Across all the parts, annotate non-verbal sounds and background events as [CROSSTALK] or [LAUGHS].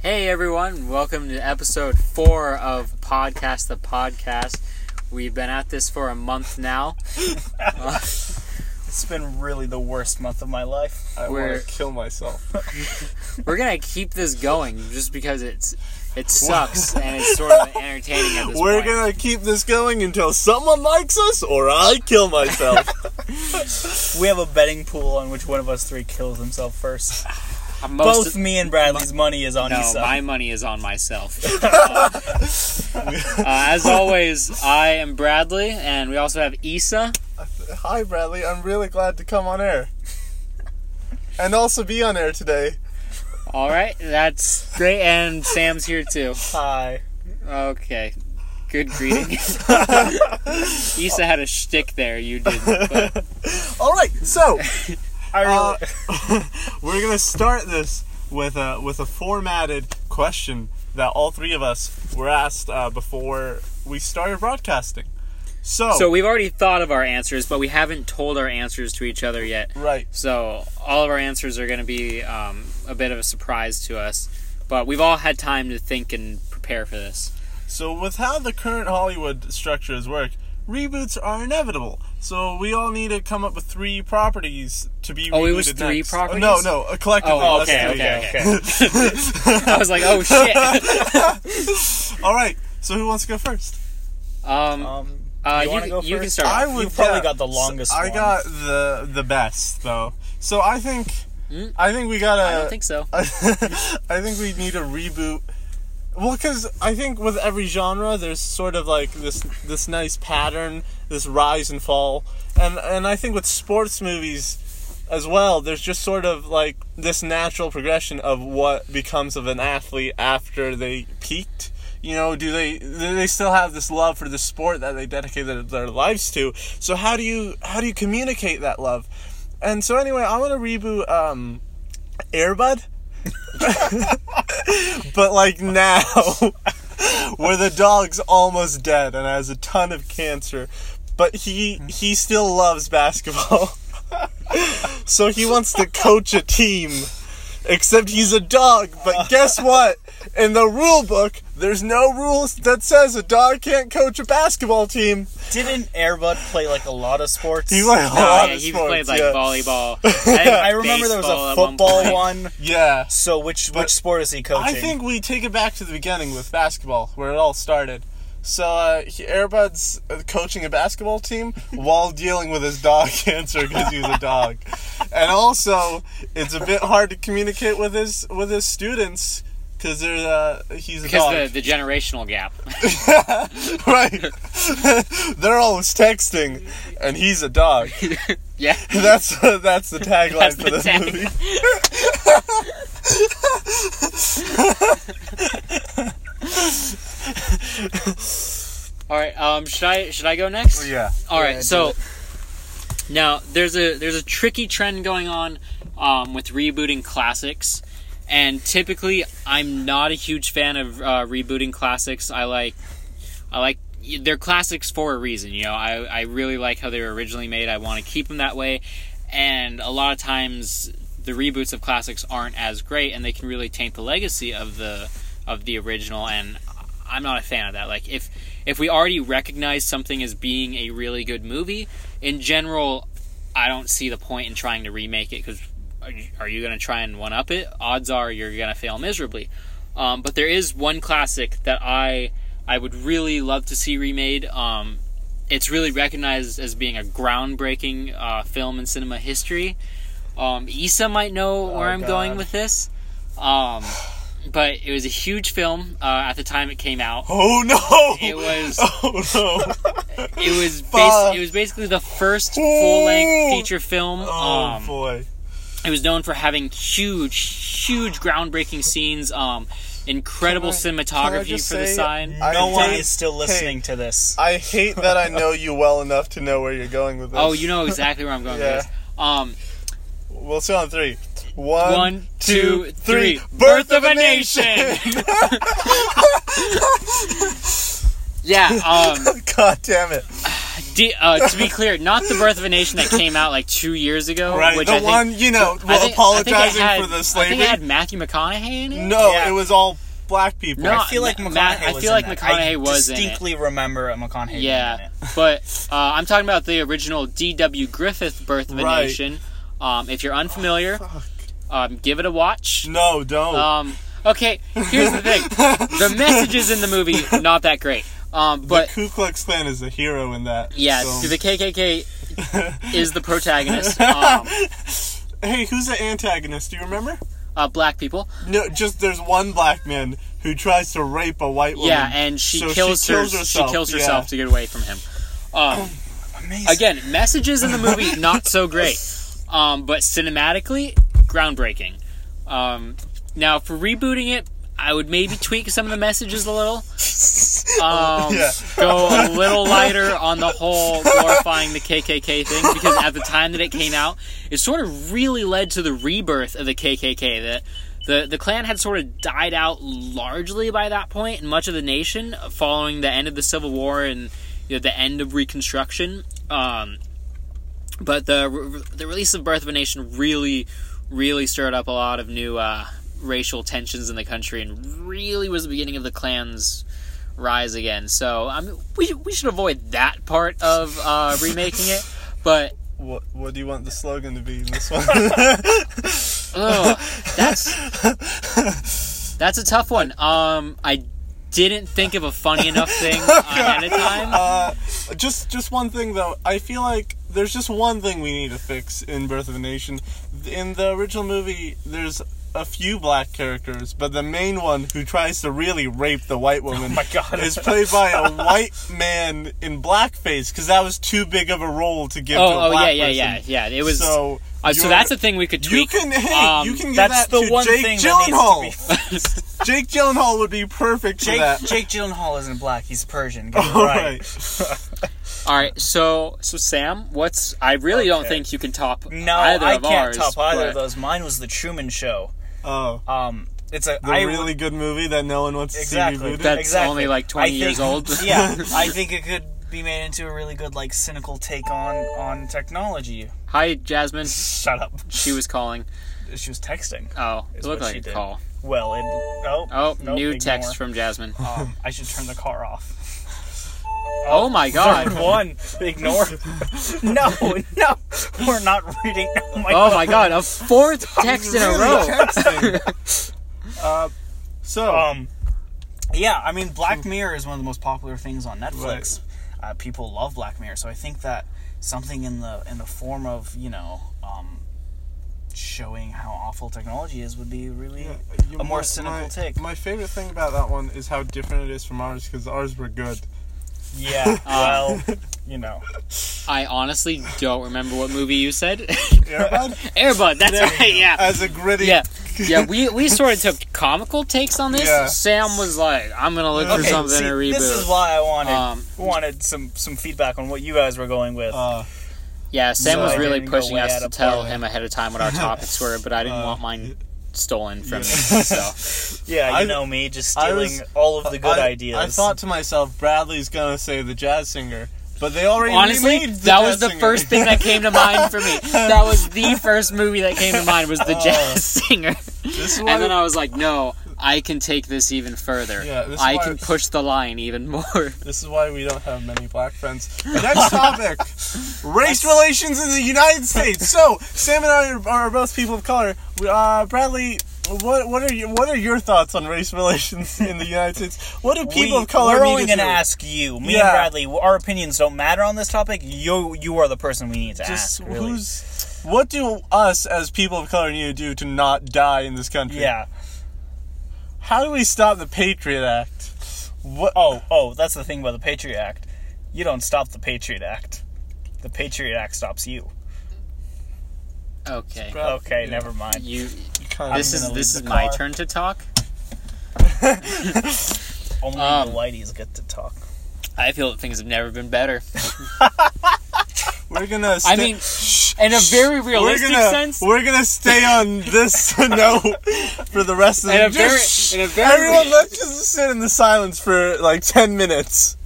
Hey everyone, welcome to episode four of Podcast the Podcast. We've been at this for a month now. It's been really the worst month of my life. I Where- want to kill [LAUGHS] myself. We're gonna keep this going just because it's it sucks and it's sort of entertaining at this We're point. gonna keep this going until someone likes us, or I kill myself. [LAUGHS] [LAUGHS] We have a betting pool on which one of us three kills himself first. Uh, Most Both of- me and Bradley's money is on no, Issa. my money is on myself. Uh, uh, as always, I am Bradley, and we also have Issa. Hi, Bradley. I'm really glad to come on [LAUGHS] air, and also be on air today. All right, that's great, and Sam's here too. Hi. Okay. Good [LAUGHS] greeting. [LAUGHS] Issa had a shtick there, you didn't. But All right, so [LAUGHS] I really, uh, [LAUGHS] we're gonna start this with a with a formatted question that all three of us were asked uh, before we started broadcasting. oh. So, so we've already thought of our answers, but we haven't told our answers to each other yet. right, So all of our answers are going to be um, a bit of a surprise to us. But we've all had time to think and prepare for [LAUGHS] this. So, with how the current Hollywood structures work, reboots are inevitable. So, we all need to come up with three properties to be Oh, rebooted it was three next. properties? No, no, uh, collectively. Oh, us okay, three. okay, okay. [LAUGHS] I was like, [LAUGHS] oh [LAUGHS] shit. All right. So, who wants to go first? Um, um, uh, you you, wanna go you can first? start. I off. would. probably yeah, got the so longest I one. got the the best though. So I think, Hmm? I think we gotta. I don't think so. [LAUGHS] I think we need a reboot. Well, because I think with every genre, there's sort of like this this nice pattern, this rise and fall, and and I think with sports movies as well, there's just sort of like this natural progression of what becomes of an athlete after they peaked. You know, do they do they still have this love for the sport that they dedicated their lives to? So how do you how do you communicate that love? And so anyway, I want to reboot um, Airbud but like now [LAUGHS] where the dog's almost dead and has a ton of cancer but he he still loves basketball [LAUGHS] so he wants to coach a team except he's a dog but guess what in the rule book there's no rules that says a dog can't coach a basketball team didn't Airbud play like a lot of sports? he like a Oh, Uh, lot yeah, of he sports, played like yeah. [LAUGHS] volleyball. I remember there was a football one. yeah So which which sport is he coaching? I think we take it back to the beginning with basketball, where it all started. So uh, he- Airbud's uh, coaching a basketball [LAUGHS] team while dealing with his dog [LAUGHS] cancer because he was a dog, and also it's a bit hard to communicate with his with his students because they're uh, he's a Because dog, [LAUGHS] the, the generational gap. [LAUGHS] right? [LAUGHS] they're always texting, and he's a dog. [LAUGHS] yeah. That's that's the tagline That's for the this tag. [LAUGHS] movie. All right. Um, should I should I go next? Yeah. All right. Yeah, so now there's a there's a tricky trend going on um, with rebooting classics, and typically I'm not a huge fan of uh, rebooting classics. I like I like they're classics for a reason. You know, I I really like how they were originally made. I want to keep them that way, and a lot of times the reboots of classics aren't as great, and they can really taint the legacy of the of the original. And I'm not a fan of that. Like if if we already recognize something as being a really good movie in general, I don't see the point in trying to remake it because are you, are you going to try and one up it? Odds are you're going to fail miserably. Um, but there is one classic that I I would really love to see remade. Um, it's really recognized as being a groundbreaking uh, film in cinema history. Um, Issa might know where I'm Oh, God. going with this, um, but it was a huge film uh, at the time it came out. Oh no! It was [LAUGHS] oh [LAUGHS] no! it was [LAUGHS] bas- Fuck. it was basically the first full length feature film. Oh um, boy! it was known for having huge, huge groundbreaking scenes, um, incredible Can I- can I cinematography just for the say sign. I no one hate- is still listening to this. I hate that I know you well enough to know where you're going with this. oh, you know exactly where I'm going Yeah. with this. Um, We'll say on three. one, two, three. Birth of a nation. [LAUGHS] yeah. Um, [LAUGHS] God damn it! D- um, uh, to be clear, not the Birth of a Nation that came out like two years ago, Right, which the I think, one you know I think- I think it apologizing had- for the I slavery. think it had Matthew McConaughey in it. no, Yeah. it was all black people. No, I feel like Ma- McConaughey. Ma- I was feel in like that. McConaughey was in it. I distinctly remember a McConaughey. being [LAUGHS] in Yeah, it. but uh, I'm talking about the original D.W. Griffith Birth of a Right. Oh, Nation. Um, if you're unfamiliar, Fuck. um, give it a watch. No, don't. Um, okay, here's the thing: [LAUGHS] the messages in the movie not that great. Um, but the Ku Klux Klan is a hero in that. yeah, film. the [LAUGHS] KKK is the protagonist. Um, hey, who's the antagonist? Do you remember? uh, black people. No, just there's one black man who tries to rape a white woman. Yeah, and she, So kills, her, herself, She kills yeah. Oh, herself to get away from him. Um, Amazing. again, messages in the movie not so great, um, but cinematically groundbreaking. Um, now, for rebooting it, I would maybe tweak some of the messages a little. Um, Yeah. Go a little lighter on the whole glorifying the KKK thing because at the time that it came out, it sort of really led to the rebirth of the KKK. That the the Klan had sort of died out largely by that point in much of the nation following the end of the Civil War and you know, the end of Reconstruction. Um, but the re- the release of Birth of a Nation really, really stirred up a lot of new uh, racial tensions in the country, and really was the beginning of the Klan's rise again. So I mean, we we should avoid that part of uh, remaking it, but. What, what do you want the slogan to be in this one? Ugh, that's that's a tough one. Um, I didn't think of a funny enough [LAUGHS] thing ahead of time. Oh, uh, just just one thing though. I feel like there's just one thing we need to fix in Birth of a Nation. In the original movie, there's a few black characters, but the main one who tries to really rape the white woman my God. is played by a white man in blackface because that was too big of a role to give to a Oh, oh yeah, black yeah, person. yeah, yeah. It was. So, So, so you're- that's a thing we could you tweak. can hey, Um, you can give That's that the to one Jake thing that needs Gyllenhaal. to [LAUGHS] be. Jake Gyllenhaal would be perfect for Jake, that. Jake Gyllenhaal isn't black. He's Persian. [LAUGHS] Get [LAUGHS] it All right. All right, so so Sam, what's I really don't Okay. think you can top No, either I of can't ours. top either of but- those. Mine was the Truman Show. [LAUGHS] Oh, Um, it's a the I- really good movie that no one wants to see exactly rebooted. That's exactly. only, like, 20 I think- years old. [LAUGHS] yeah, [LAUGHS] I think it could be made into a really good like cynical take on on technology. Hi, Jasmine. Shut up. She was calling. She was texting. Oh, it Is looked what like she a did. call. Well, it oh Oh, nope, new ignore. text from [LAUGHS] Jasmine. [LAUGHS] Um, I should turn the car off. Oh my Third [LAUGHS] god. one. [LAUGHS] Ignore. no, no, we're not reading. Oh my Oh my god, a [LAUGHS] fourth text in a Really row. texting. [LAUGHS] uh, so Um, yeah, I mean, Black Mirror is one of the most popular things on Netflix. Uh, people love Black Mirror, so I think that something in the in the form of you know um, showing how awful technology is would be really you- a more my- cynical my, take. My favorite thing about that one is how different it is from ours because ours [LAUGHS] were good. [LAUGHS] yeah. Well, you know, I honestly don't remember what movie you said. [LAUGHS] Airbud, Airbud, that's There right, [LAUGHS] yeah. as a gritty. Yeah. Yeah, we, we sort of took comical takes on this. Yeah. Sam was like, I'm gonna look for Okay, something see, to reboot. this is why I wanted Um, wanted some some feedback on what you guys were going with. Uh, Yeah, Sam So was I really didn't go pushing way us out to of Uh, tell play. him ahead of time what [LAUGHS] our topics were, but I didn't want mine stolen from me. So yeah, you I- know me, just I stealing was- all of the good I, ideas. I thought to myself, Bradley's gonna say the jazz singer, but they already honestly, remade the that jazz was the singer. first thing that came to mind for me. That was [LAUGHS] the first movie that came to mind was the Uh, jazz singer. [LAUGHS] This is why- And then I was like, no, I can take this even further. Yeah, this is I why- can push the line even more. [LAUGHS] This is why we don't have many black friends. Next topic race relations in the United States. So, Sam and I are, are both people of color. We- Uh, Bradley. What what are you, what are your thoughts on race [LAUGHS] relations in the United States? What do people we, of color We're need only to going to do? ask you, me Yeah. and Bradley. Our opinions don't matter on this topic. You, you are the person we need to Just ask. Really. who's what do us as people of color need to do to not die in this country? yeah. How do we stop the Patriot Act? What? Oh, oh, that's the thing about the Patriot Act. You don't stop the Patriot Act. The Patriot Act stops you. Okay. Okay, Uh, Yeah. never mind. You Kind of- this is gonna leave this the is my car. turn to talk. Only Um, the whiteys get to talk. I feel that things have never been [LAUGHS] better. we're gonna. Stay, I mean in a very realistic we're gonna, sense. We're gonna stay on [LAUGHS] this note for the rest of In the a very in a very Everyone, let's just sit in the silence for like ten minutes.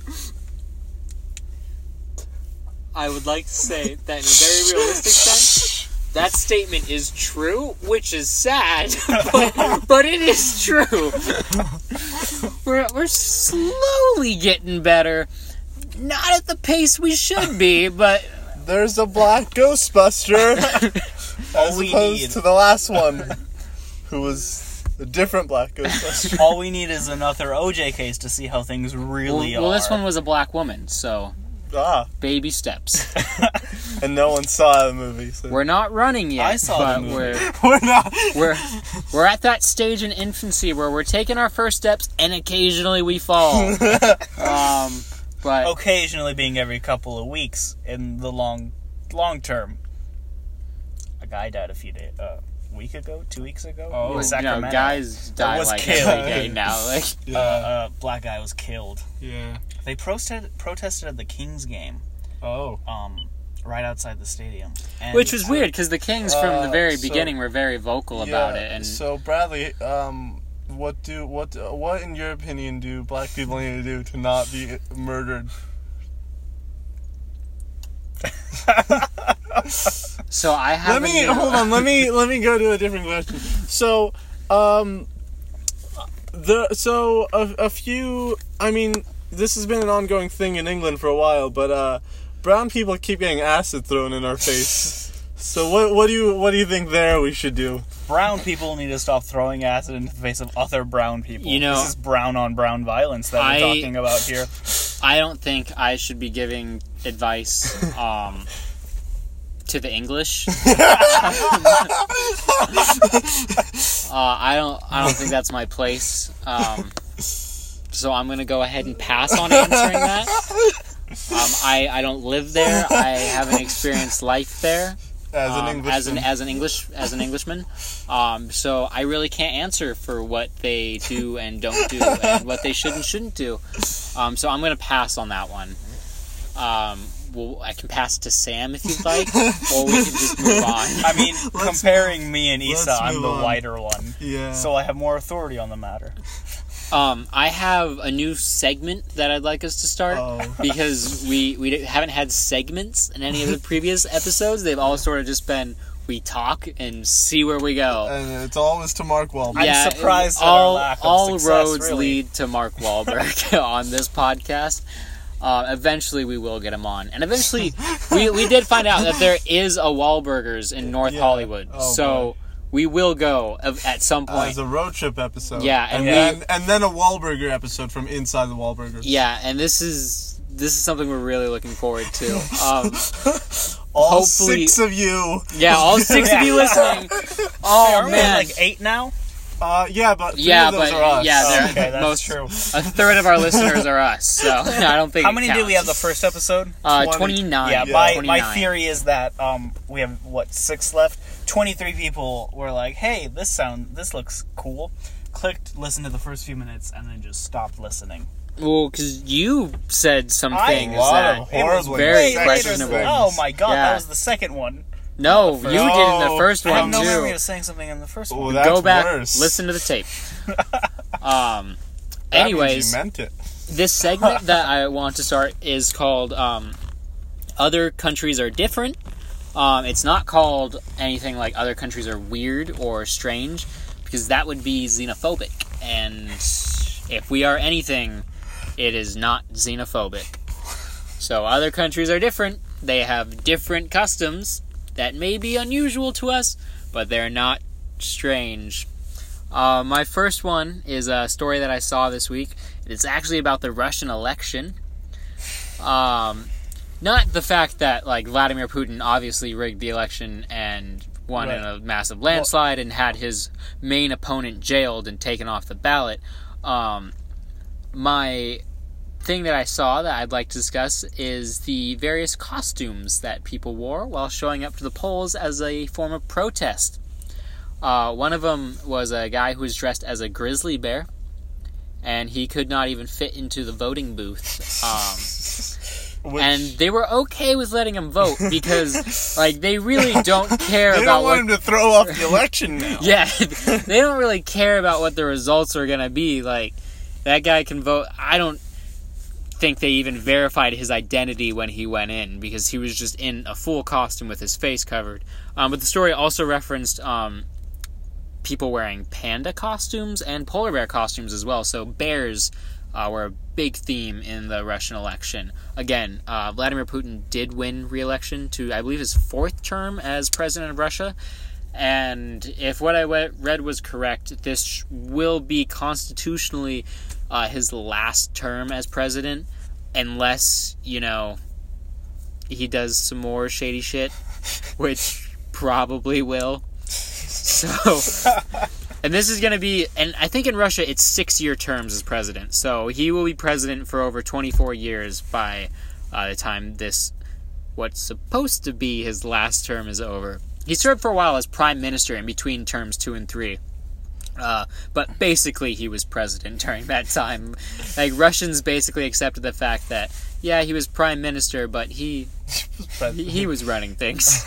I would like to say that in a very realistic sense, that statement is true, which is sad, [LAUGHS] but, but it is true. We're, we're slowly getting better. Not at the pace we should be, [LAUGHS] but There's a black Ghostbuster [LAUGHS] as we opposed need. to the last one, who was a different black Ghostbuster. [LAUGHS] All we need is another OJ case to see how things well, really well, are. this one was a black woman, so ah, baby steps. and no one saw the movie. So. We're not running yet, [LAUGHS] I saw but the movie. we're [LAUGHS] We're not. we're we're at that stage in infancy where we're taking our first steps and occasionally we [LAUGHS] fall. um, but Occasionally being every couple of weeks in the long, long term. A guy died a few days, uh, week ago, two weeks ago. Oh. in you know, Sacramento. guys die was like killed. every day now. [LAUGHS] Like Uh, a black guy was killed. yeah. They protested protested at the Kings game, Oh. um, right outside the stadium, and which was weird because the Kings from the Uh, very so- beginning were very vocal about it, and so Bradley, um, what do what what in your opinion do black people need to do to not be murdered? so I Let haven't. me you know- hold on. [LAUGHS] Let me let me go to a different question. So, um, the so a, a few. I mean, this has been an ongoing thing in England for a while, but uh, brown people keep getting acid thrown in [LAUGHS] our face. So what what do you what do you think there we should do? Brown people need to stop throwing acid in the face of other brown people. You know- this is brown on brown violence that I- we're talking about here. I don't think I should be giving [LAUGHS] advice um, to the English. [LAUGHS] uh, I don't. I don't think that's my place. Um, so I'm gonna go ahead and pass on answering that. Um, I I don't live there. I haven't experienced life there As um, an English as an as an English as an Englishman. Um, so I really can't answer for what they do and don't do and what they should and shouldn't do. Um, so I'm gonna pass on that one. Um, well, I can pass to Sam if you'd [LAUGHS] like, or we can just move on. [LAUGHS] I mean, comparing me and let's Issa, I'm move the on. lighter one, yeah. so I have more authority on the matter. Um, I have a new segment that I'd like us to start Oh. [LAUGHS] because we we haven't had segments in any of the previous episodes. They've all sort of just been we talk and see where we go. and it's always to Mark Wahlberg. I'm yeah, surprised it- at our all lack of all success, roads really. lead to Mark [LAUGHS] Wahlberg on this podcast. Uh, eventually, we will get him on, and eventually, we, we did find out that there is a Wahlburgers in North Yeah. Hollywood, Oh, so we will go of- at some As point. a road trip episode. Yeah, and and, we- then and then a Wahlburger episode from inside the Wahlburgers. yeah, and this is this is something we're really looking forward [LAUGHS] to. Um, all hopefully- six of you. yeah, all six of you listening. Oh Aren't we man, like eight now? Uh, yeah, but three yeah, of those but are us. yeah, Oh, there- okay, that's Uh, most true. a third of our listeners are us, [LAUGHS] so I don't think. How it many did we have counts. the first episode? Uh, 20? twenty nine. yeah, my, my 29. theory is that um, we have what six left. Twenty three people were like, "Hey, this sound, this looks cool." Clicked, listened to the first few minutes, and then just stopped listening. Well, because you said some I- things Wow. that It was Horribly very way later than- questionable. Oh my god, Yeah. that was the second one. no, you did in the No. first I I one have no memory too. of saying something in the first Oh, one. that's Go back, worse. listen to the [LAUGHS] tape. um, That means anyways, you meant it. this segment that I want to start is called um, "Other Countries Are Different." Um, it's not called anything like "Other Countries Are Weird" or "Strange," because that would be xenophobic, and if we are anything, it is not xenophobic. So other countries are different. They have different customs that may be unusual to us, but they're not strange. Uh, my first one is a story that I saw this week. It's actually about the Russian election. Um, not the fact that like Vladimir Putin obviously rigged the election and won in a massive landslide and had his main opponent jailed and taken off the ballot. Um, my thing that I saw that I'd like to discuss is the various costumes that people wore while showing up to the polls as a form of protest. Uh, one of them was a guy who was dressed as a grizzly bear, and he could not even fit into the voting booth. Um, [LAUGHS] Which, and they were okay with letting him vote [LAUGHS] because, like, they really don't care they about don't want what him to throw off [LAUGHS] the election now. [LAUGHS] yeah, they don't really care about what the results are gonna be. Like that guy can vote. I don't. think they even verified his identity when he went in because he was just in a full costume with his face covered. Um, but the story also referenced um, people wearing panda costumes and polar bear costumes as well. So bears uh, were a big theme in the Russian election. Again, uh, Vladimir Putin did win re-election to, I believe, his fourth term as president of Russia. And if what I we- read was correct, this sh- will be constitutionally uh, his last term as president, unless you know he does some more shady shit, which probably will. So, [LAUGHS] and this is going to be, and I think in Russia it's six year terms as president. So he will be president for over 24 years by uh, the time this, what's supposed to be his last term, is over. He served for a while as prime minister in between terms two and three. Uh, but basically, he was president [LAUGHS] during that time. Like, Russians basically accepted the fact that, yeah, he was prime minister, but he he, he was running [LAUGHS] things.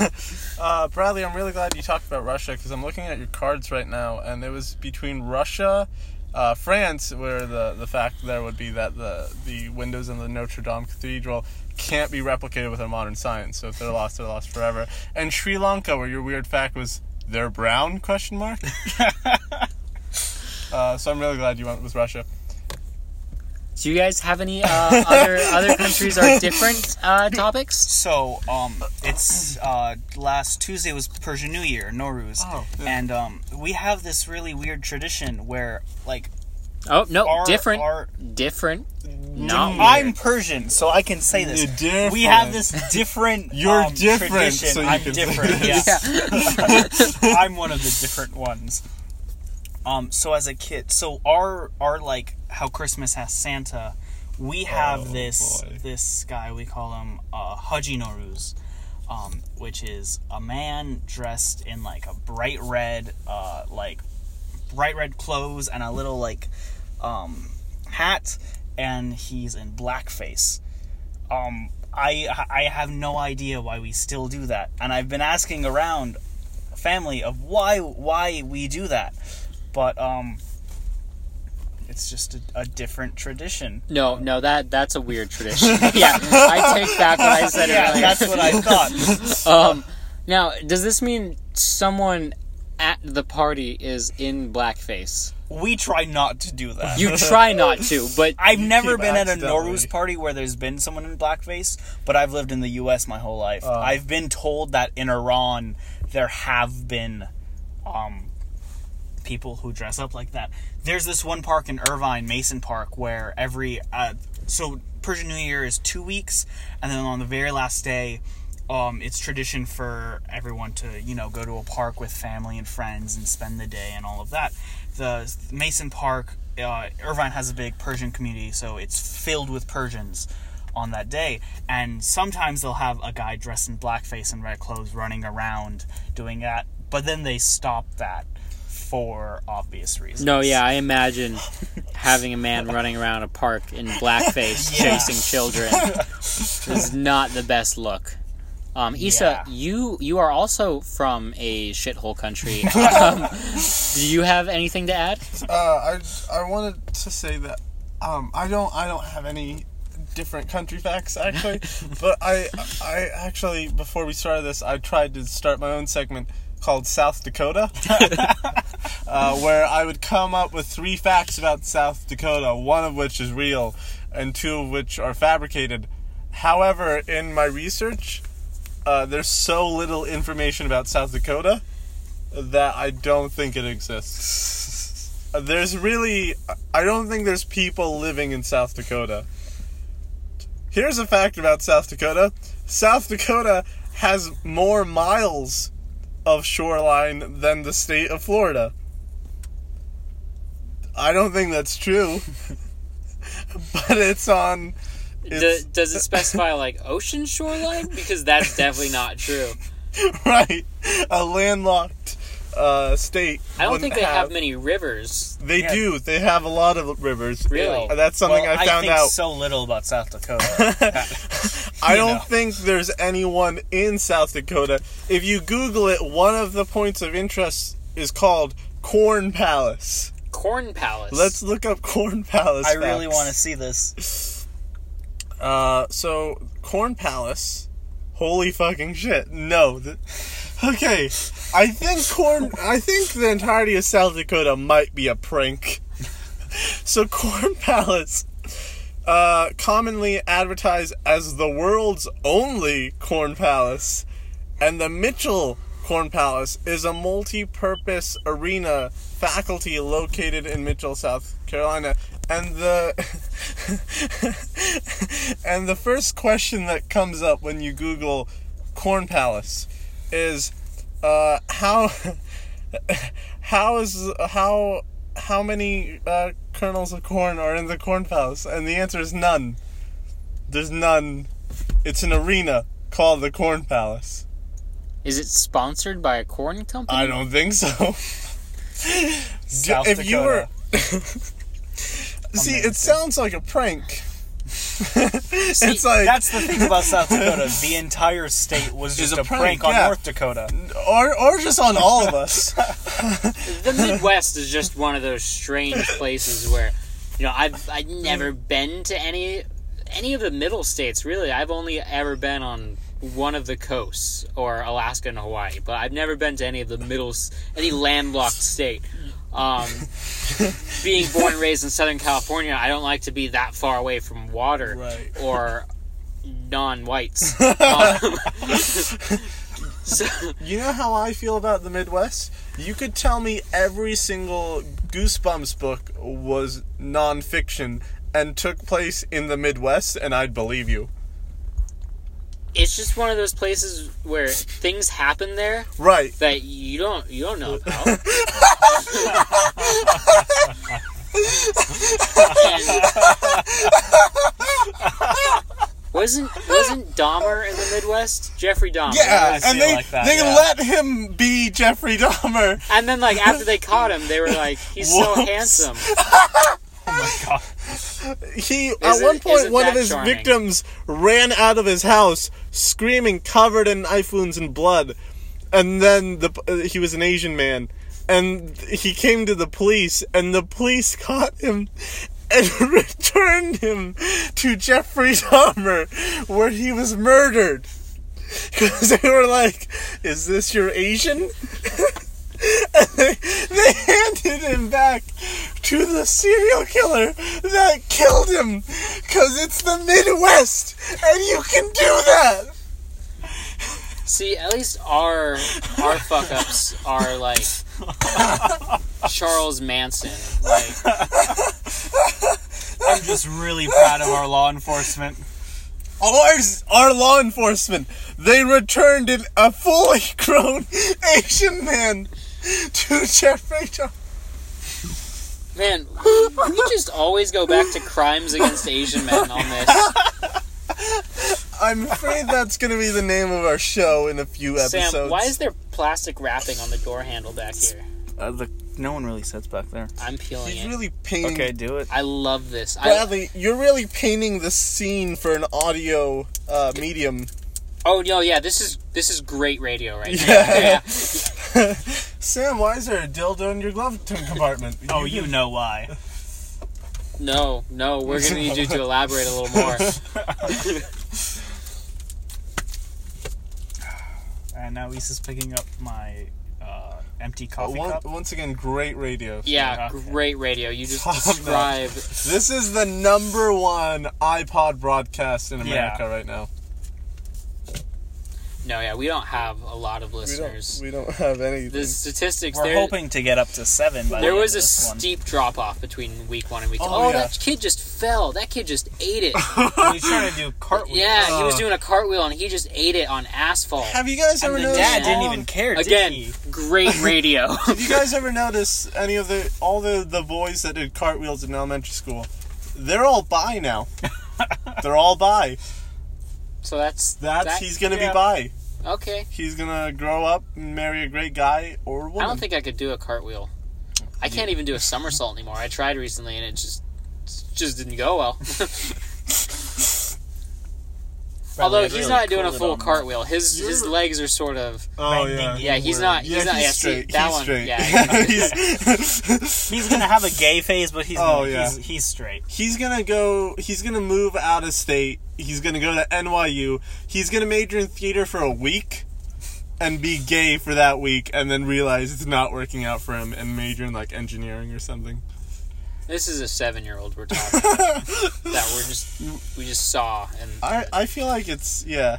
Uh, Bradley, I'm really glad you talked about Russia because I'm looking at your cards right now, and it was between Russia, uh, France, where the, the fact there would be that the the windows in the Notre Dame Cathedral can't be replicated with our modern science. So if they're lost, they're lost forever. And Sri Lanka, where your weird fact was they're brown? Question mark. [LAUGHS] uh, so I'm really glad you went with Russia. Do you guys have any uh, other other countries or different uh, topics? So, um, it's uh, last Tuesday was Persian New Year, Nowruz, Oh, yeah. and um, we have this really weird tradition where, like, Oh no, our- different, our- different. Not weird. Mm, I'm Persian, so I can say this. You're different. We have this [LAUGHS] different. You're um, different, tradition. so you I'm can say different. this. Yes. Yeah. [LAUGHS] I'm one of the different ones. Um, so as a kid, so our our like how Christmas has Santa, we have Oh, this boy. this guy we call him uh, Haji Noruz, um, which is a man dressed in like a bright red, uh, like bright red clothes and a little like um, hat, and he's in blackface. Um, I I have no idea why we still do that, and I've been asking around family of why why we do that, but um, it's just a, a different tradition. No, no, that that's a weird [LAUGHS] tradition. yeah, I take back what I said Yeah, earlier. that's what I thought. Um, now, does this mean someone at the party is in blackface? we try not to do that. You try not to, but [LAUGHS] I've You never keep been at a accidentally- Noruz party where there's been someone in blackface, but I've lived in the U.S. my whole life. Oh. I've been told that in Iran there have been um, people who dress up like that. There's this one park in Irvine, Mason Park, where every uh, so Persian New Year is two weeks, and then on the very last day. Um, it's tradition for everyone to, you know, go to a park with family and friends and spend the day and all of that. The Mason Park, uh, Irvine has a big Persian community, so it's filled with Persians on that day. And sometimes they'll have a guy dressed in blackface and red clothes running around doing that, but then they stop that for obvious reasons. no, yeah, I imagine having a man running around a park in blackface Yeah. chasing children is not the best look. Um, Issa, Yeah. you you are also from a shithole country. um, do you have anything to add? Uh, I I wanted to say that um, I don't I don't have any different country facts actually, but I I actually before we started this I tried to start my own segment called South Dakota, uh, where I would come up with three facts about South Dakota, one of which is real, and two of which are fabricated. However, in my research, uh, there's so little information about South Dakota that I don't think it exists. Uh, There's really, I don't think there's people living in South Dakota. Here's a fact about South Dakota South Dakota has more miles of shoreline than the state of Florida. I don't think that's true, [LAUGHS] but it's on. Do, It's, does it specify like ocean shoreline? Because that's definitely not true. [LAUGHS] right, a landlocked uh, state. I don't wouldn't think they have many rivers. They Yeah. do. They have a lot of rivers. Really? And that's something Well, I found think out. so little about South Dakota. I you don't know. think there's anyone in South Dakota. If you Google it, one of the points of interest is called Corn Palace. Corn Palace. Let's look up Corn Palace. I really want to to. see this. Uh, so Corn Palace, holy fucking shit! No, th- okay, I think Corn. I think the entirety of South Dakota might be a prank. [LAUGHS] so Corn Palace, uh, commonly advertised as the world's only Corn Palace, and the Mitchell Corn Palace is a multi-purpose arena faculty located in Mitchell, South Carolina. And the [LAUGHS] and the first question that comes up when you Google Corn Palace is uh, how [LAUGHS] how is how how many uh, kernels of corn are in the corn palace? And the answer is none. There's none. It's an arena called the Corn Palace. Is it sponsored by a corn company? Hmm. I don't think [LAUGHS] so. South if you were Dakota. [LAUGHS] see, Amazing. it sounds like a prank. [LAUGHS] it's like That's the thing about South Dakota. The entire state was just a a, prank, prank, on yeah. North Dakota. or or just on all of [LAUGHS] us. The Midwest is just one of those strange places where, you know, I've I've never been to any any of the middle states really. I've only ever been on one of the coasts or Alaska and Hawaii, but I've never been to any of the middle s- any landlocked state. Um, being born and raised in Southern California, I don't like to be that far away from water Right. or non-whites. Um, so- You know how I feel about the Midwest? You could tell me every single Goosebumps book was nonfiction and took place in the Midwest, and I'd believe you. it's just one of those places where things happen there Right. that you don't you don't know [LAUGHS] about. And- wasn't wasn't Dahmer in the Midwest? Jeffrey Dahmer. Yeah, I and feel they, like that, they yeah. let him be Jeffrey Dahmer. And then like after they caught him, they were like, "He's so Whoops. handsome." God. He at Isn't- one point isn't one of that his charming? victims ran out of his house screaming covered in knife wounds and blood. And then the uh, he was an Asian man and he came to the police and the police caught him and [LAUGHS] returned him to Jeffrey Dahmer where he was murdered. Cuz they were like, "Is this your Asian?" they, [LAUGHS] they handed him back to the serial killer that killed him because it's the Midwest and you can do that. See, at least our our fuck ups are [LAUGHS] like Charles Manson. Like I'm just really proud of our law enforcement. Ours, our law enforcement, they returned it a fully [LAUGHS] grown Asian man to Jeffrey Dahmer. Man, we just always go back to crimes against Asian men on this. I'm afraid that's going to be the name of our show in a few episodes. Sam, why is there plastic wrapping on the door handle back here? Uh, the, no one really sits back there. I'm peeling He's it. really painting. Okay, do it. I love this. I, Bradley, you're really painting the scene for an audio uh, medium. oh no, yeah, this is this is great radio right [LAUGHS] now. Yeah. Sam, why is there a dildo in your glove t- compartment? Oh, you know why. No, no, we're gonna need you to elaborate a little more. And now Issa's picking up my uh, empty Uh, coffee one- cup. once again, great radio. Yeah, Okay. great radio. You just Top notch. describe This is the number one iPod broadcast in America Yeah. right now. No, yeah, we don't have a lot of listeners. We don't. We don't have any. The statistics We're there hoping to get up to seven by there the end was of a this one. steep drop off between week one and week two. Oh, Oh, yeah. that kid just fell. That kid just ate it. We're trying to do [LAUGHS] cartwheels. Yeah, he was Uh. doing a cartwheel and he just ate it on asphalt. Have you guys And ever the noticed? dad didn't all- even care, did Again, he? [LAUGHS] great radio. Did you guys ever notice any of the all the the boys that did cartwheels in elementary school? They're all bi now. [LAUGHS] They're all bi. so that's That's that- he's gonna be yeah. bi. okay. He's gonna grow up and marry a great guy or woman. I don't think I could do a cartwheel. I can't even do a somersault anymore. I tried recently and it just just didn't go well. Although leg he's really not doing a pulled it full on. cartwheel, his his You're- legs are sort of. Oh Bending yeah. it. yeah. Yeah, he's Inward. not. Uh, He's not. yeah, see, that one. [LAUGHS] Yeah, he's, He's gonna have a gay phase, but he's Oh, oh, yeah. he's, he's straight. he's gonna go. He's gonna move out of state. He's gonna go to NYU. He's gonna major in theater for a week, and be gay for that week, and then realize it's not working out for him, and major in like engineering or something. this is a seven-year-old we're talking about that we're just we just saw and I I feel like it's yeah.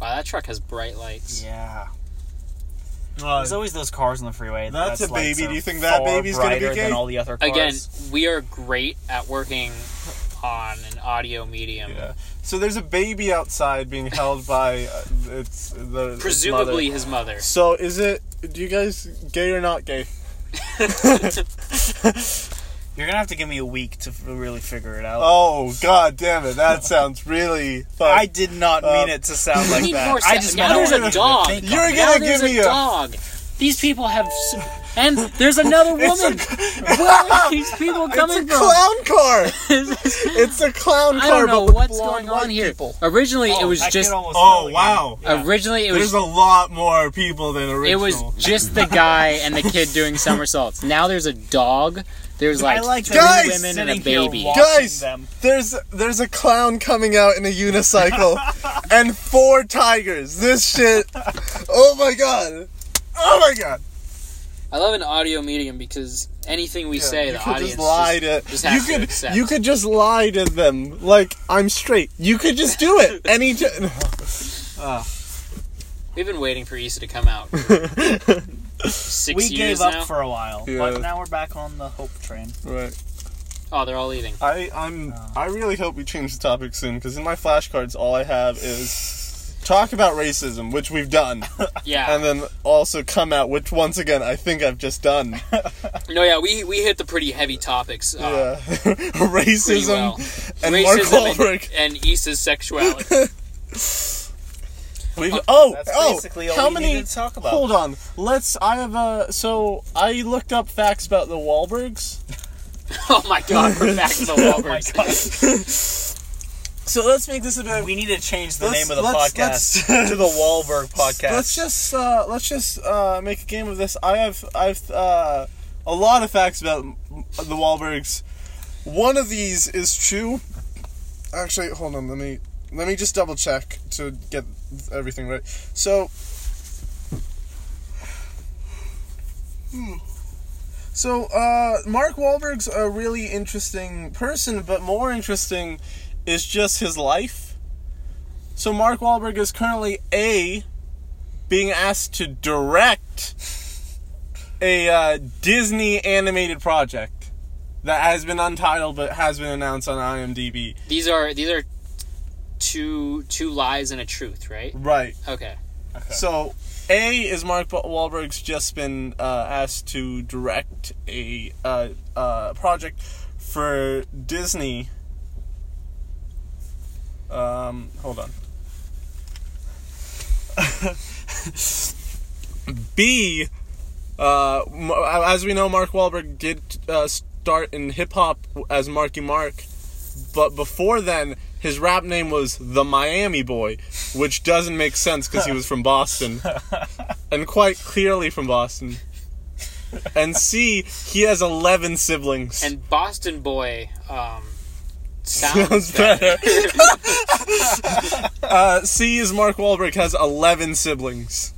wow, that truck has bright lights. Yeah. Uh, There's always those cars on the freeway. that- That's a lights baby. are Do you think that far baby's gonna be brighter gay? Than all the other cars. Again, we are great at working on an audio medium. yeah. So there's a baby outside being held by uh, its the its Presumably mother. his mother. So is it? Do you guys gay or not gay? you're gonna have to give me a week to f- really figure it out. Oh god damn it! That sounds really. Fucked. I did not Uh, mean it to [LAUGHS] sound We like need that. more I se- just now meant I there's a wanted to dog. think You're on it. gonna now give there's me a a- dog. These people have, s- and there's [LAUGHS] another woman. Where are these people coming it's a from? clown [LAUGHS] car. it's a clown I don't car. know but with what's blonde going on white here. People. Originally, Oh, it was I can just. almost Oh tell again. wow! Yeah. Originally, it was There's a lot more people than it original. was just the guy and the kid doing somersaults. Now there's a dog. There's [LAUGHS] I like, like three guys women and a sitting here baby. watching Guys! them. There's there's a clown coming out in a [LAUGHS] unicycle, and four tigers. This shit. Oh my god. Oh my god. I love an audio medium because anything we Yeah, say, you the could audience just lie just- to just you has to could accept. you could just lie to them like I'm straight. You could just do it any [LAUGHS] time. We've been waiting for Issa to come [LAUGHS] out. For six We years gave up now. for a while, Yeah. but now we're back on the hope train. right. oh, they're all leaving. I I'm I really hope we change the topic soon because in my flashcards all I have is talk about racism, which we've [LAUGHS] done, Yeah. and then also come out, which once again I think I've just done. [LAUGHS] no, yeah, we we hit the pretty heavy topics. Uh, Yeah. [LAUGHS] racism well. and Mark Racism Wahlberg. and, and Issa's [LAUGHS] sexuality. [LAUGHS] We've, oh, That's oh, basically all how we many? needed to talk about. Hold on. Let's. I have a. So I looked up facts about the Wahlbergs. oh my god, we're back [LAUGHS] to the Oh my Wahlbergs. god. So let's make this about. we need to change the Let's- name of the let's- podcast let's- to the Wahlberg [COUGHS] podcast. Let's just uh, let's just uh, make a game of this. I have I've uh, a lot of facts about the Wahlbergs. One of these is true. Actually, hold on. Let me let me just double check to get everything right. So, Hmm. so uh, Mark Wahlberg's a really interesting person, but more interesting is just his life. So Mark Wahlberg is currently a being asked to direct a uh, Disney animated project that has been untitled but has been announced on IMDb. These are these are two two lies and a truth, right? Right. Okay. So, A is Mark Ba- Wahlberg's just been uh, asked to direct a uh, uh, project for Disney. Um, hold on. [LAUGHS] B, uh, m- as we know, Mark Wahlberg did uh, start in hip hop as Marky Mark, but before then, his rap name was the Miami Boy, which doesn't make sense because he was from Boston, and quite clearly from Boston. And C, he has eleven siblings. And Boston Boy [LAUGHS] um, sounds, Sounds better. better. [LAUGHS] uh, C is Mark Wahlberg has eleven siblings.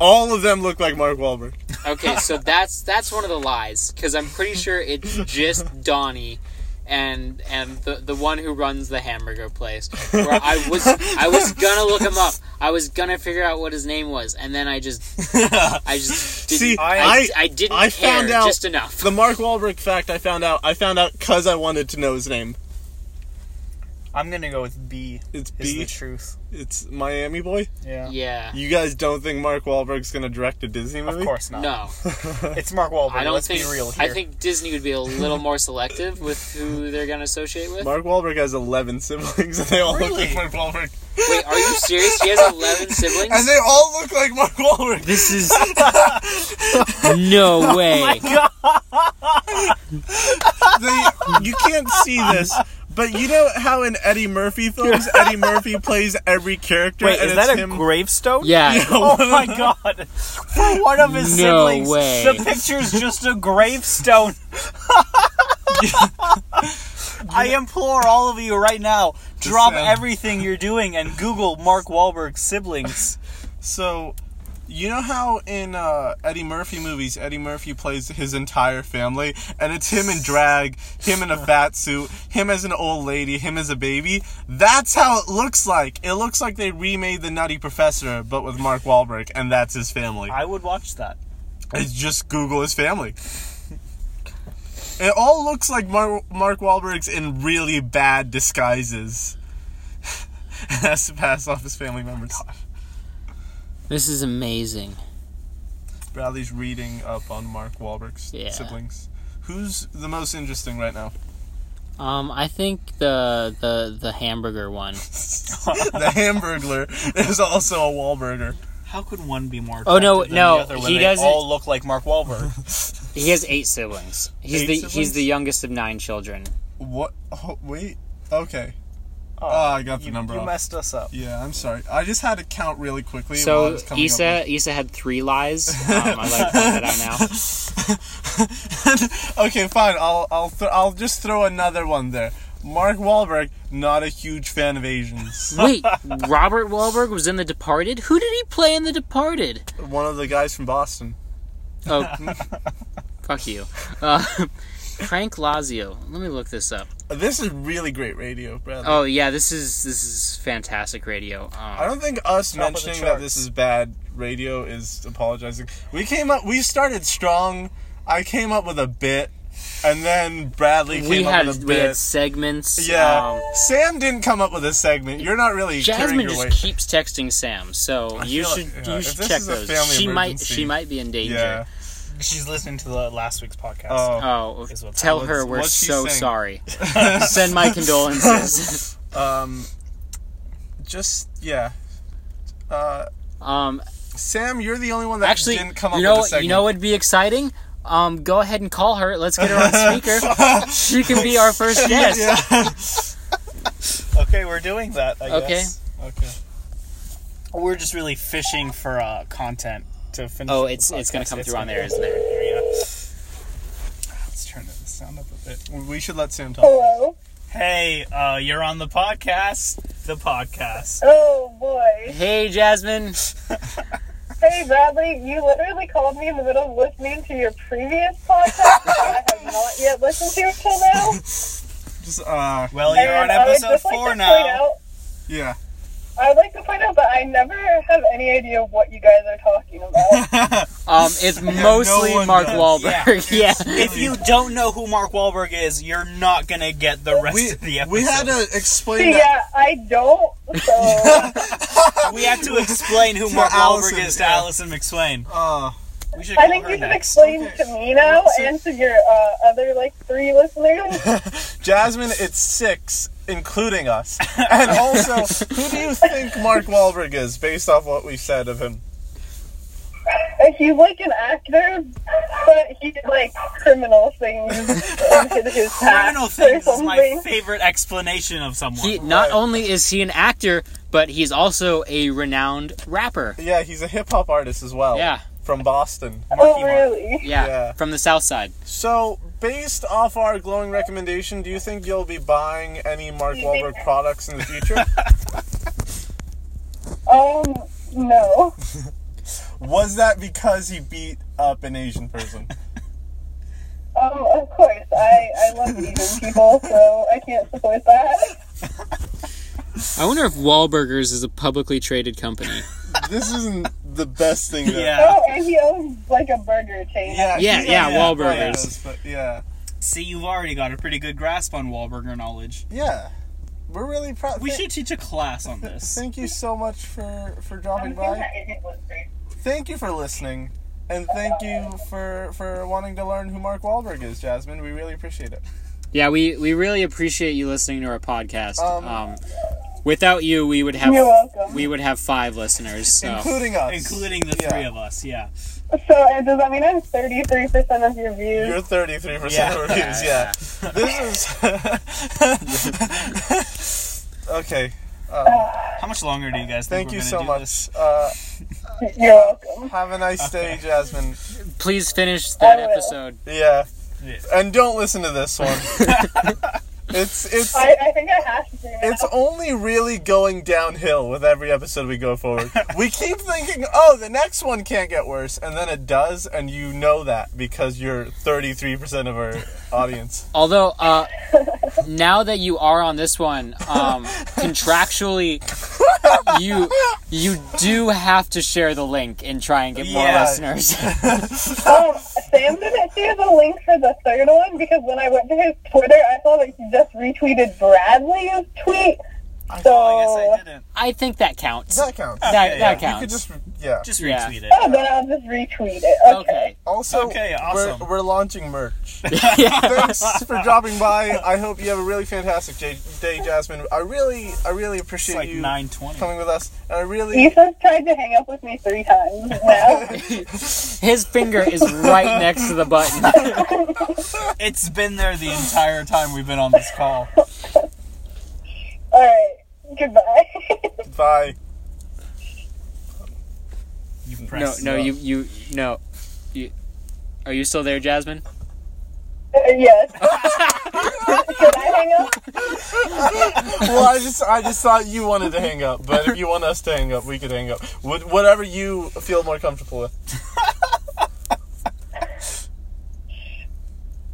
All of them look like Mark Wahlberg. [LAUGHS] Okay, so that's that's one of the lies because I'm pretty sure it's [LAUGHS] just Donnie and and the the one who runs the hamburger place. [LAUGHS] Where I was I was gonna look him up. I was gonna figure out what his name was, and then I [LAUGHS] just I just didn't, See, I, I- I, didn't I care found out just enough. The Mark Wahlberg fact I found out. I found out because I wanted to know his name. I'm gonna go with B. It's Is B. the truth. It's Miami Boy. Yeah. [LAUGHS] yeah, You guys don't think Mark Wahlberg's gonna direct a Disney movie? Of course [LAUGHS] not. no, It's Mark Wahlberg. I don't Let's think. be real here. I think Disney would be a little more selective with who they're gonna associate [LAUGHS] with. Mark Wahlberg has eleven siblings, and they all look Really? like Mark Wahlberg. Wait, are you serious? He has eleven And siblings. they all look like Mark Wahlberg. This [LAUGHS] is Oh no way. They, you can't see this, But you know how in Eddie Murphy films, Eddie Murphy plays every character. Wait, and is it's that a him... gravestone? Yeah. [LAUGHS] [LAUGHS] Oh my god. For one of his No siblings, way. the picture's just [LAUGHS] a gravestone. I implore all of you right now, drop um, everything you're doing and Google Mark Wahlberg's siblings. So, you know how in uh, Eddie Murphy movies, Eddie Murphy plays his entire family, and it's him in drag, him in a fat suit, him as an old lady, him as a baby. That's how it looks like. It looks like they remade the Nutty Professor, but with Mark Wahlberg, and that's his family. I would watch [LAUGHS] that. It's just Google his family. It all looks like Mar- Mark Wahlberg's in really bad disguises. [LAUGHS] Has to pass off as family members. This is amazing. Bradley's reading up on Mark Wahlberg's Yeah. siblings. Who's the most interesting right now? [LAUGHS] Um, I think the the the hamburger one. the Hamburglar is also a Wahlburger. How could one be more Oh, no, attractive than no, the other when he they doesn't- all look like Mark Wahlberg? [LAUGHS] He has eight siblings. He's Eight the siblings? he's the youngest of nine children. What? Oh, wait. Okay. Ah, Oh, I got the you, number You off. messed us up. Yeah, I'm sorry. I just had to count really quickly. while I So was coming up Issa Issa had three [LAUGHS] lies. Um, I like to point that out now. [LAUGHS] okay, fine. I'll I'll th- I'll just throw another one there. Mark Wahlberg, not a huge fan of Asians. [LAUGHS] Wait, Robert Wahlberg was in The Departed. Who did he play in The Departed? [LAUGHS] One of the guys from Boston. [LAUGHS] Oh, fuck you, uh, Frank Lazio. Let me look this up. This is really great radio, Bradley. Oh yeah, this is this is fantastic radio. I Um, don't think us Top of the mentioning that charts. this is bad radio is apologizing. We came up, we started strong. I came up with a bit, and then Bradley came we up had with a we bit. had segments. yeah, um, Sam didn't come up with a segment. You're not really carrying Jasmine your just weight. keeps texting Sam, so you feel- should yeah, you if should this check is a those. She family might emergency- she might be in danger. yeah. [LAUGHS] She's listening to the last week's podcast. Oh. Oh, Is what- tell what's- her we're what's she so saying? [LAUGHS] sorry. Send my condolences. Um, just yeah. Uh, um, Sam, you're the only one that actually, didn't come up you know with a segment. you know what'd be exciting. Um, go ahead and call her. Let's get her [LAUGHS] on speaker. she can be our first guest. Okay, we're doing that. I Okay. guess. [LAUGHS] Okay. We're just really fishing for uh, content to finish. Oh, the it's it's gonna podcast. come It's through on gonna there, be isn't there? there, yeah. Let's turn the sound up a [LAUGHS] bit. We should let Sam Oh. talk. Oh, Hey, uh, you're on the podcast. The podcast. Oh boy. Hey, Jasmine. Hey Bradley, you literally called me in the middle of listening to your previous podcast that I have not yet listened to until [LAUGHS] now. Just uh, Well, you're on And I would episode just like four to point now. out, yeah. I would like to point out that I never have any idea of what you guys are talking about. [LAUGHS] Um, it's mostly one Mark does. Wahlberg. [LAUGHS] Yeah. If you don't know who Mark Wahlberg is, you're not gonna get the rest We, of the episode. we had to explain that yeah, I don't. So [LAUGHS] We had to explain [LAUGHS] who To Mark Allison, Wahlberg is to yeah. Allison McSwain. Uh, We should I call think her you should next. explain Okay. to me now So- and to your uh, other like three listeners. [LAUGHS] Jasmine, it's six, including us. And also, who do you think Mark Wahlberg is, based off what we said of him? He's like an actor, but he did like criminal [LAUGHS] things in his [LAUGHS] past Criminal things or is my something. favorite explanation of someone. He not Right. only is he an actor, but he's also a renowned rapper. Yeah, he's a hip hop artist as well. Yeah. From Boston. oh, Marky Mark. really? Yeah, Oh. Yeah. from the South Side. So, based off our glowing recommendation, do you think you'll be buying any Mark Wahlberg products in the [LAUGHS] future? Um, no. Was that because he beat up an Asian person? Um, of course, I I [LAUGHS] love Asian people, so I can't support that. I wonder if Wahlburgers is a publicly traded company. This isn't the best [LAUGHS] thing. that- Yeah. Oh, and he owns like a burger chain. [LAUGHS] Yeah, Yeah, he- yeah, Wahlburgers. yeah, it is, but yeah, See, you've already got a pretty good grasp on Wahlburger knowledge. yeah, we're really proud. We should teach a class on this. Thank you so much for for dropping by. Thank you for listening, and thank you for for wanting to learn who Mark Wahlberg is, Jasmine. We really appreciate it. yeah, we, we really appreciate you listening to our podcast. Um, Um, without you, we would have You're welcome. we would have five listeners. So Including us. Including the Yeah. three of [LAUGHS] us, yeah. So uh, does that mean I'm 33% of your views? You're 33% Yeah. of reviews, yeah. This is. okay. Um, How much longer do you guys thank think we're you so gonna do this? much. Uh, [LAUGHS] You're welcome. have a nice day, [LAUGHS] Jasmine. Please finish that I will. episode. Yeah. Yeah. And don't listen to this [LAUGHS] one. it's it's I, I think I have to do that. it's only really going downhill with every episode we go forward. we keep thinking, "Oh, the next one can't get worse," and then it does, and you know that because you're 33% of our audience. Although, uh, now that you are on this one, um, contractually, you you do have to share the link and try and get more Yeah. listeners. Um, Sam didn't share the link for the third one because when I went to his Twitter, I saw that he just retweeted Bradley's tweet. Oh, So, I guess I didn't. I think that counts. Does that count? that Okay, yeah. that You You could counts. just yeah. Just Yeah. retweet oh, it. then I'll just retweet it. okay. [LAUGHS] Okay. Also, Okay, awesome. we're, we're launching merch. yeah. Thanks for dropping by. I hope you have a really fantastic j- day, Jasmine. I really, I really It's appreciate like you nine twenty. coming with us. And I really, Ethan's tried to hang up with me three times [LAUGHS] now. His finger is [LAUGHS] right next to the button. It's been there the entire time we've been on this call. All right. Goodbye. [LAUGHS] bye. You No, pressed no, it up. you, you, no. You, are you still there, Jasmine? yes. Should I hang up? Well, I just, I just thought you wanted to hang up, but if you want us to hang up, we could hang up. Wh- whatever you feel more comfortable with. [LAUGHS]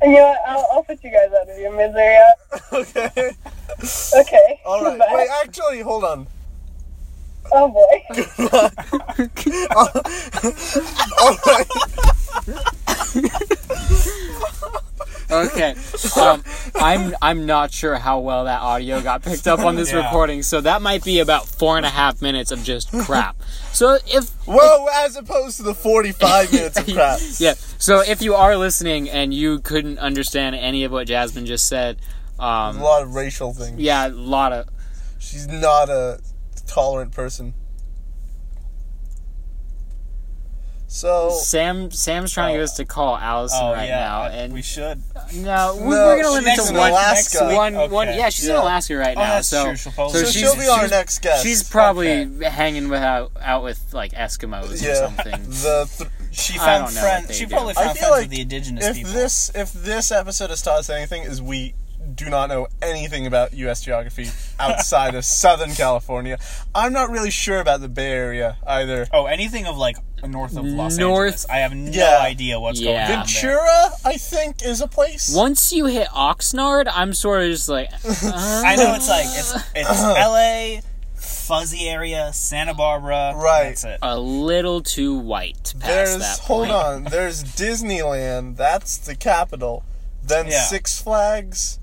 You know what? I'll, I'll put you guys out of your misery. Uh, Okay. Okay. All right. Goodbye. Wait, actually, hold on. Oh, boy. All right. [LAUGHS] Okay. Um, I'm I'm not sure how well that audio got picked up on this Yeah. recording, so that might be about four and a half minutes of just crap. So if Whoa, as opposed to the 45 minutes of crap. [LAUGHS] yeah, so if you are listening and you couldn't understand any of what Jasmine just said, A um, lot of racial things. yeah, a lot of She's not a tolerant person. So Sam Sam's trying to get us to call Allison Oh right yeah, now, I- and we should. no, we- No, we're gonna limit she's to in one. Alaska. next week. One, one, Okay. yeah, she's in Yeah. Alaska right now, that's so true. She'll probably- so So she's, she'll be our she's- next guest. She's probably hanging with out, out with like Eskimos or yeah. something. The th- She I found don't know what friends. they She do. probably I found feel friends like with the indigenous if people. this if this episode has taught us anything is we do not know anything about U.S. geography outside of Southern California. I'm not really sure about the Bay Area either. oh, anything of like north of Los North- Angeles, I have no Yeah. idea what's Yeah. going on. there. Ventura, I think, is a place. Once you hit Oxnard, I'm sort of just like, I know it's [CLEARS THROAT] like it's it's L.A. fuzzy area, Santa Barbara. Right. That's it. a little too white past There's that hold point. on. There's Disneyland. That's the capital. Then Yeah. Six Flags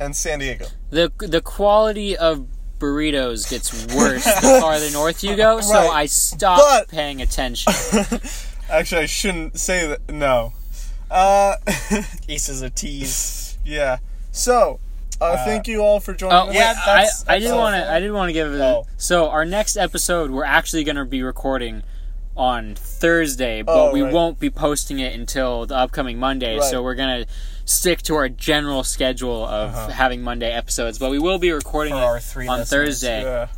and San Diego. The the quality of burritos gets worse [LAUGHS] the farther north you go, so Right. I stopped But- paying attention. Actually, I shouldn't say that. No. Uh, [LAUGHS] East is a tease. yeah. So, uh, thank you all for joining. Oh, us. yeah, Yeah, I, that's- I did that's want to. awful. I did want to give it. A, Oh. So our next episode, we're actually going to be recording on Thursday, but Oh, we right. won't be posting it until the upcoming Monday. So Right. we're gonna stick to our general schedule of having Monday episodes, but we will be recording Uh-huh. For it our three on listeners, Thursday. Yeah.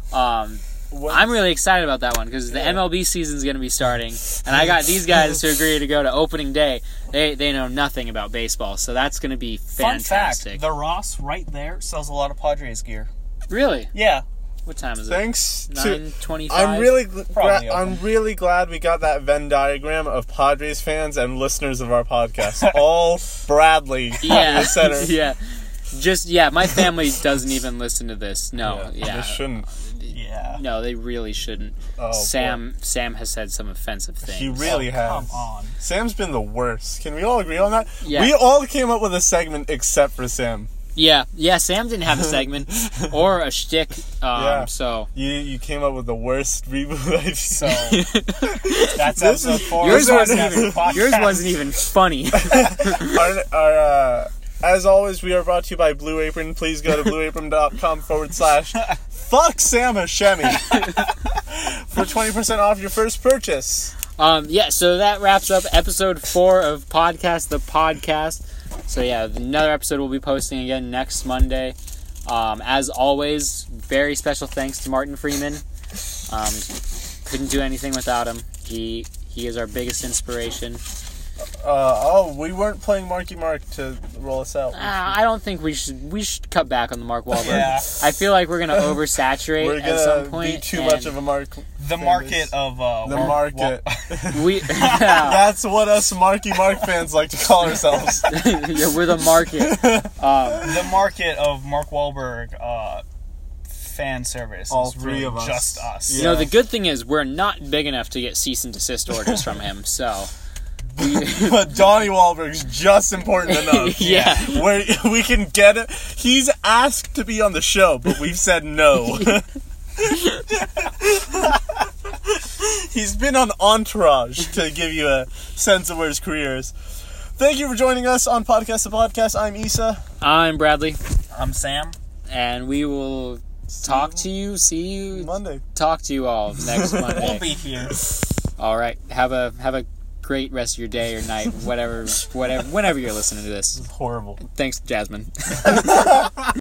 Um, What- I'm really excited about that one because the MLB season's going to be starting, and I got these guys to agree to go to opening day. They they know nothing about baseball, so that's going to be Fun fantastic. fact: the Ross right there sells a lot of Padres gear. really? Yeah, What time is it? Thanks to. Nine twenty-five. I'm really gl- gra- Probably I'm really glad we got that Venn diagram of Padres fans and listeners of [LAUGHS] our podcast. All Bradley in yeah, the center. [LAUGHS] yeah. Just yeah, my [LAUGHS] family doesn't even listen to this. No, They yeah, shouldn't. yeah. no, they really shouldn't. Oh, Sam Sam has said some offensive things. He really has. Oh, Come on. Sam's been the worst. Can we all agree on that? Yeah. We all came up with a segment except for Sam. yeah, yeah. Sam didn't have a [LAUGHS] segment or a shtick. Um, Yeah. So You you came up with the worst reboot I've seen. So that's This episode is- four. yours [LAUGHS] of wasn't Podcast. even yours wasn't even funny. our, our, uh, as always, we are brought to you by Blue Apron. Please go [LAUGHS] to blueapron.com forward slash fuck Sam [LAUGHS] Hashemi for 20% off your first purchase. Um, yeah, so that wraps up episode four of podcast the podcast. So yeah, another episode we'll be posting again next Monday. Um, as always, very special thanks to Martin Freeman. Um, couldn't do anything without him. He he is our biggest inspiration. Uh, oh, we weren't playing Marky Mark to roll us out. Uh, I don't think we should we should cut back on the Mark Wahlberg. Yeah. I feel like [LAUGHS] we're gonna oversaturate We're at some gonna point. be too and much of a mark. The market of uh, The wa- market. [LAUGHS] wa- we. [LAUGHS] That's what us Marky Mark fans like to call ourselves. yeah, [LAUGHS] we're the market. Um, the market of Mark Wahlberg uh, fan service. All is three really of us. Just us. You Yeah. know, the good thing is we're not big enough to get cease and desist orders from him. So, [LAUGHS] but Donnie Wahlberg's [LAUGHS] just important enough. Yeah. Where [LAUGHS] we can get it. He's asked to be on the show, but we've said no. [LAUGHS] He's been on Entourage to give you a sense of where his career is. Thank you for joining us on Podcast to Podcast. I'm Issa. I'm Bradley, I'm Sam. and we will talk to you, see you, Monday. talk to you all next We'll Monday. be here. all right, have a have a great rest of your day or night, whatever, whatever, whenever you're listening to this. Horrible. Thanks, Jasmine.